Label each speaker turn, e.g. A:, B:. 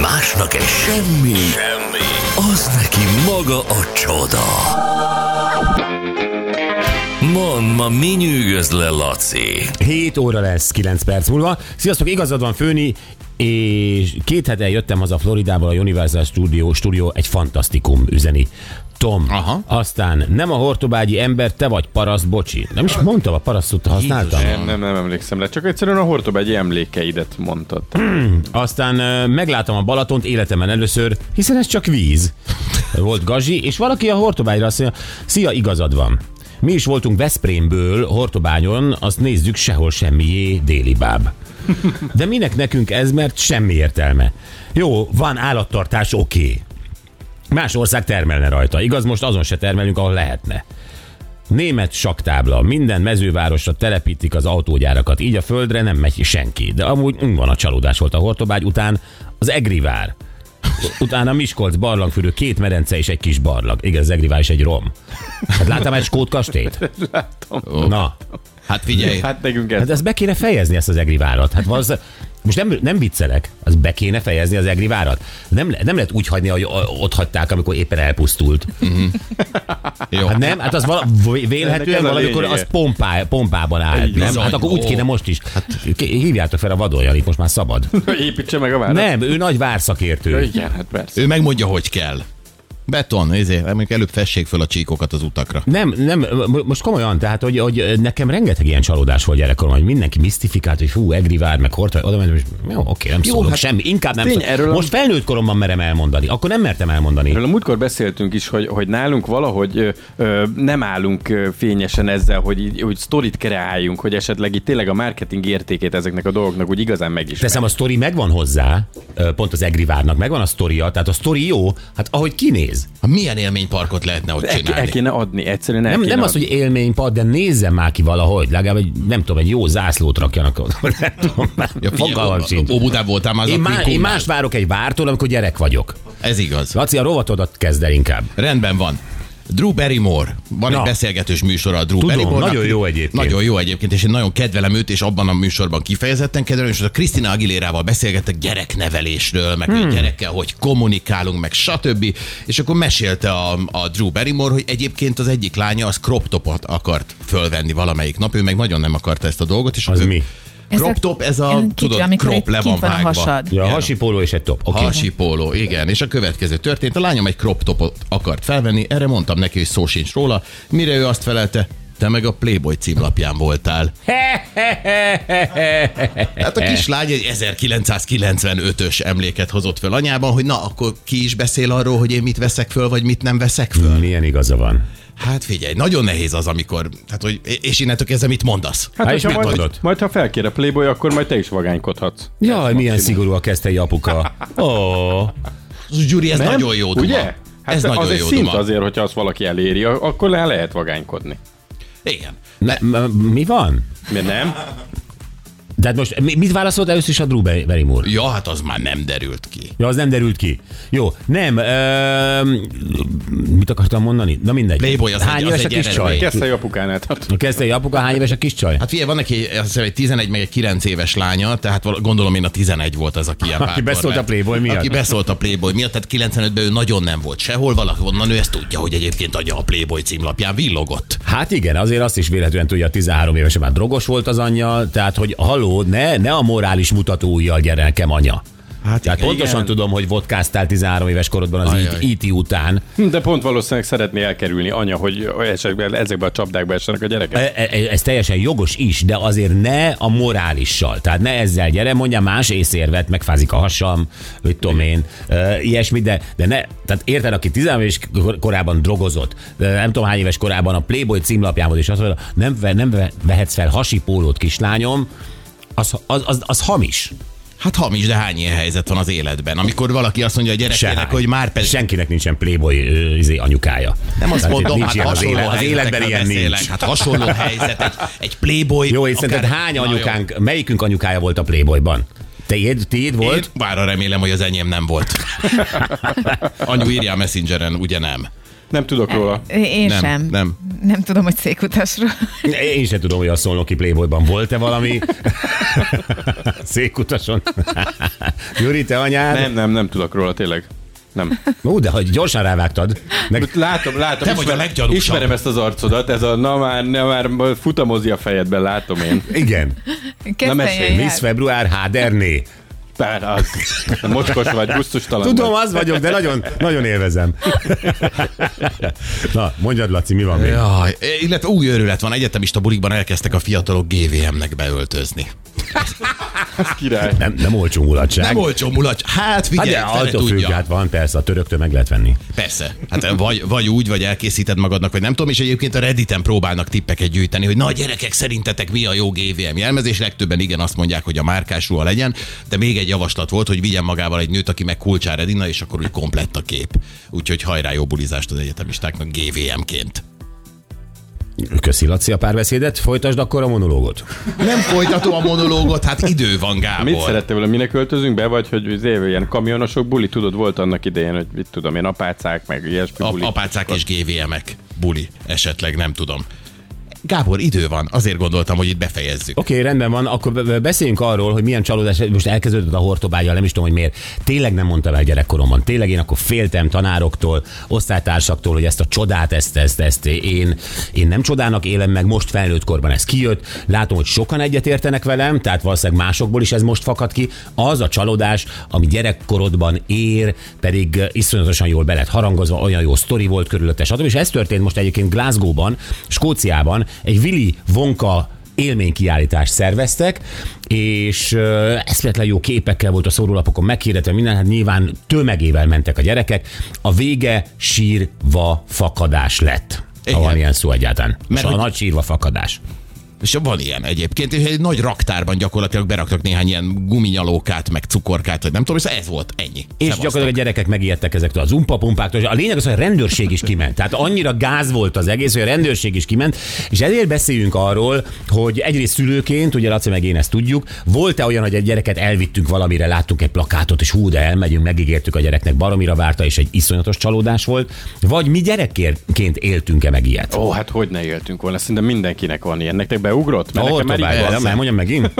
A: másnak egy semmi, semmi, az neki maga a csoda. Mond, ma mi nyűgöz le, Laci?
B: 7 óra lesz, 9 perc múlva. Sziasztok, igazad van főni, és két hete jöttem haza Floridából a Universal Studio, Studio egy fantasztikum üzeni. Tom.
C: Aha.
B: Aztán nem a hortobágyi ember, te vagy paraszt, bocsi. Nem is mondtam, a parasztot használtam.
C: Nem, nem, nem emlékszem le, csak egyszerűen a Hortob egy emlékeidet mondtad.
B: Aztán ö, meglátom a Balatont életemben először, hiszen ez csak víz. Volt Gazi, és valaki a Hortobágyra azt mondja, szia, igazad van. Mi is voltunk Veszprémből, Hortobányon, azt nézzük sehol semmié, déli báb. De minek nekünk ez, mert semmi értelme. Jó, van állattartás, oké. Más ország termelne rajta. Igaz, most azon se termelünk, ahol lehetne. Német saktábla. Minden mezővárosra telepítik az autógyárakat, így a földre nem megy senki. De amúgy mm, van a csalódás volt a Hortobágy után az Egrivár. Utána Miskolc barlangfülő, két medence és egy kis barlang. Igen, az Egrivár is egy rom. Hát láttam egy skót kastélyt?
C: Láttam.
B: Na,
D: Hát figyelj,
C: Hát nekünk ez.
B: hát ezt be kéne fejezni ezt az Egrivárat. Hát valószínűleg, most nem, nem viccelek, az be kéne fejezni az Egrivárat. Nem, le- nem lehet úgy hagyni, ahogy o- ott hagyták, amikor éppen elpusztult.
D: jó.
B: Hát nem, hát az vala, vé- vélhetően
C: Ennek ez a
B: valamikor
C: lényege.
B: az pompá, pompában állt. Nem?
D: bizony.
B: Hát akkor úgy kéne most is. Hát, ki- hívjátok fel a vadoljalit, most már szabad.
C: Hogy építse meg a várat.
B: Nem, ő nagy várszakértő.
C: Ja, igen, hát persze.
D: Ő megmondja, hogy kell. Beton, ezért, mondjuk előbb fessék föl a csíkokat az utakra.
B: Nem, nem, mo- most komolyan, tehát, hogy, hogy nekem rengeteg ilyen csalódás volt gyerekkoromban, hogy mindenki misztifikált, hogy hú, Egrivár, meg Horta, oda mentem, és jó, oké, nem szólok
C: hát
B: semmi, inkább nem
C: tény,
B: szólok.
C: erről a-
B: Most felnőtt koromban merem elmondani, akkor nem mertem elmondani.
C: Erről a múltkor beszéltünk is, hogy, hogy nálunk valahogy ö, ö, nem állunk ö, fényesen ezzel, hogy, így- hogy sztorit kreáljunk, hogy esetleg itt tényleg a marketing értékét ezeknek a dolgoknak úgy igazán megismerjük.
B: Teszem, a sztori megvan hozzá, ö, pont az Egrivárnak megvan a sztoria, tehát a sztori jó, hát ahogy kinéz.
D: Ha milyen élményparkot lehetne ott
C: El, el
D: csinálni?
C: kéne adni, egyszerűen el
B: Nem,
C: kéne
B: nem az,
C: adni.
B: hogy élménypad, de nézzen már ki valahogy, legalább egy, nem tudom, egy jó zászlót rakjanak oda. Nem tudom, már
D: Ja, figyelj,
B: fogalmam
D: ó-
B: sincs.
D: Óbudán voltál már az
B: Én, má, én
D: akvinkumnál?
B: más várok egy vártól, amikor gyerek vagyok.
D: Ez igaz.
B: Laci, a rovatodat kezd el inkább.
D: Rendben van. Drew Barrymore. Van
B: Na.
D: egy beszélgetős műsora a Drew
B: Tudom,
D: Barrymore.
B: nagyon jó egyébként.
D: Nagyon jó egyébként, és én nagyon kedvelem őt, és abban a műsorban kifejezetten kedvelem, és a Krisztina Aguilérával beszélgettek gyereknevelésről, meg hmm. gyerekkel, hogy kommunikálunk, meg stb. És akkor mesélte a, a Drew Barrymore, hogy egyébként az egyik lánya az crop topot akart fölvenni valamelyik nap, ő meg nagyon nem akarta ezt a dolgot. És
B: Az
D: ő,
B: mi?
E: Ez
D: Crop
E: a-
D: top, ez a,
E: ilyen kicsi,
D: tudod,
E: amikor
D: crop
E: itt
D: le van
E: kint van a
D: vágva.
E: hasad.
B: Ja,
D: Igen.
B: hasi póló és egy top. Oké.
D: Okay. Hasi póló, igen. És a következő történt. A lányom egy crop topot akart felvenni, erre mondtam neki, hogy szó sincs róla, mire ő azt felelte, te meg a Playboy címlapján voltál. Hát a kislány egy 1995-ös emléket hozott föl anyában, hogy na, akkor ki is beszél arról, hogy én mit veszek föl, vagy mit nem veszek
C: Hmm.
D: föl.
B: Milyen igaza van.
D: Hát figyelj, nagyon nehéz az, amikor, hát, hogy, és innentől kezdve mit mondasz?
C: Hát,
B: Hát és
C: hogyha
B: mit
C: majd,
B: mondod?
C: majd, ha felkér a Playboy, akkor majd te is vagánykodhatsz.
B: Jaj, milyen szigorú a keszthelyi apuka. Ó, oh,
D: Gyuri, ez nagyon jó duma.
C: Ugye? Hát
D: ez
C: az
D: nagyon
C: egy
D: jó
C: szint
D: duma.
C: azért, hogyha azt valaki eléri, a- akkor le lehet vagánykodni.
D: Igen.
B: ne, E, m- mi van?
C: Miért nem?
B: De hát most mi- mit válaszolt először is a Drew Barry- Barrymore?
D: Ja, hát az már nem derült ki.
B: Ja, az nem derült ki. Jó, nem. Ö, mit akartam mondani? Na mindegy.
D: Playboy az
B: hány
D: egy- az
B: éves
D: egy
B: a kis
D: eredmény.
B: csaj?
C: Kezd a apukánál tart.
B: A keszthelyi apuka hány éves a kis csaj?
D: Hát figyelj, van neki azt hiszem, egy 11 meg egy 9 éves lánya, tehát val- gondolom én a 11 volt az, aki ilyen
B: Aki
D: pártor
B: beszólt
D: lett.
B: a Playboy miatt.
D: Aki beszólt a Playboy miatt, tehát 95-ben ő nagyon nem volt sehol, valahonnan ő ezt tudja, hogy egyébként agya a Playboy címlapján villogott.
B: Hát igen, azért azt is véletlenül tudja, 13 évesen már drogos volt az anyja, tehát hogy halló, ne, ne a morális mutató ujjal gyere nekem anya. Hát tehát
D: igen.
B: pontosan
C: Igen.
B: tudom, hogy vodkáztál 13 éves korodban az
D: Ajaj.
B: IT, IT után.
C: De pont valószínűleg szeretné elkerülni anya, hogy esetben ezekbe a csapdákba essenek a gyerekek.
B: E- e- Ez teljesen jogos is, de azért ne a morálissal. Tehát ne ezzel gyere, mondja más észérvet, megfázik a hasam, mit tudom én, e, ilyesmi, de, de ne, tehát érted, aki 13 éves kor- korában drogozott, de nem tudom hány éves korában a Playboy címlapján volt, és azt mondja, nem, ve- nem ve- vehetsz fel hasi pólót, kislányom, az, az, az, az hamis.
D: Hát hamis, de hány ilyen helyzet van az életben, amikor valaki azt mondja a gyerekének,
B: Sehány.
D: hogy már pedig...
B: Senkinek nincsen Playboy ö, izé, anyukája.
D: Nem azt
B: Tehát
D: mondom,
B: nincs
D: hát
B: ilyen az,
D: hasonló
B: élet, az életben
D: helyzetekről
B: ilyen
D: beszélek.
B: nincs.
D: Hát hasonló helyzet, egy, egy Playboy...
B: Jó, és
D: akár-
B: szerinted hány
D: Na jó.
B: anyukánk, melyikünk anyukája volt a Playboyban? Tiéd, tiéd volt?
D: Én bárra remélem, hogy az enyém nem volt. Anyu írja a messengeren, ugye nem?
C: Nem tudok róla.
E: Én
D: Nem,
E: sem.
D: nem.
E: Nem tudom, hogy székutásról.
B: Én, én sem tudom, hogy a szolnoki Playboyban volt-e valami székutason. Juri, te anyád.
C: Nem, nem, nem tudok róla, tényleg. Nem.
B: Ú, de hogy gyorsan rávágtad. Meg...
C: Látom, látom.
D: Te vagy a leggyanúsabb.
C: Ismerem ezt az arcodat, ez a na már, na már futamozi a fejedben, látom én.
B: Igen.
E: Keszthelyen
B: Miss
E: jár.
B: Február Háderné.
C: Pár az. Mocskos vagy, gusztustalan
B: Tudom,
C: vagy.
B: az vagyok, de nagyon, nagyon élvezem. Na, mondjad, Laci, mi van még?
D: Jaj, Eh, illetve új őrület van, egyetemista bulikban elkezdtek a fiatalok GVM-nek beöltözni.
C: Király.
B: Nem, nem olcsó mulatság.
D: Nem olcsó mulacs. Hát
B: Hát
D: figyelj,
B: de
D: hát,
B: attól függ,
D: tudja.
B: hát van persze, a töröktől meg lehet venni.
D: Persze. Hát vagy, vagy úgy, vagy elkészíted magadnak, vagy nem tudom, és egyébként a Redditen próbálnak tippeket gyűjteni, hogy na gyerekek, szerintetek mi a jó GVM jelmezés? Legtöbben igen azt mondják, hogy a márkás ruha legyen, de még egy javaslat volt, hogy vigyen magával egy nőt, aki meg kulcsár Edina, és akkor úgy komplett a kép. Úgyhogy hajrá jó bulizást az egyetemistáknak GVM-ként.
B: Köszi, Laci, a párbeszédet. Folytasd akkor a monológot.
D: Nem folytatom a monológot, hát idő van, Gábor.
C: Mit szerettél volna, minek költözünk be, vagy hogy az év ilyen kamionosok buli, tudod, volt annak idején, hogy mit tudom én, apácák, meg ilyesmi buli.
D: A, apácák és GVM-ek, buli, esetleg, nem tudom. Gábor, idő van, azért gondoltam, hogy itt befejezzük.
B: Oké, okay, rendben van, akkor be- be- beszéljünk arról, hogy milyen csalódás, most elkezdődött a hortobágyal, nem is tudom, hogy miért. Tényleg nem mondtam el gyerekkoromban, tényleg én akkor féltem tanároktól, osztálytársaktól, hogy ezt a csodát, ezt, ezt, ezt én, én nem csodának élem meg, most felnőtt korban ez kijött, látom, hogy sokan egyetértenek velem, tehát valószínűleg másokból is ez most fakad ki, az a csalódás, ami gyerekkorodban ér, pedig eh, iszonyatosan jól be lett harangozva, olyan jó sztori volt körülötte, stb. És ez történt most egyébként Glasgow-ban, Skóciában, egy Willy Wonka élménykiállítást szerveztek, és ö, eszméletlen jó képekkel volt a szórólapokon meghirdetve minden, hát nyilván tömegével mentek a gyerekek. A vége sírva fakadás lett. Igen.
D: Igen.
B: Ha van ilyen szó egyáltalán. Mert
D: Mert
B: a
D: hogy-
B: nagy sírva fakadás.
D: És van ilyen egyébként, és egy nagy raktárban gyakorlatilag beraktak néhány ilyen guminyalókát, meg cukorkát, vagy nem tudom, és ez volt ennyi.
B: És gyakorlatilag a gyerekek megijedtek ezektől az umpapumpáktól, és a lényeg az, hogy a rendőrség is kiment. Tehát annyira gáz volt az egész, hogy a rendőrség is kiment, és ezért beszéljünk arról, hogy egyrészt szülőként, ugye Laci meg én ezt tudjuk, volt-e olyan, hogy egy gyereket elvittünk valamire, láttunk egy plakátot, és hú, de elmegyünk, megígértük a gyereknek, baromira várta, és egy iszonyatos csalódás volt, vagy mi gyerekként éltünk-e meg ilyet?
C: Ó, hát hogy ne éltünk volna, szerintem mindenkinek van ilyen. Nektek beugrott? Mert
B: Ahol
C: nekem már így
B: tovább,
C: van.
B: nem, mondjam megint?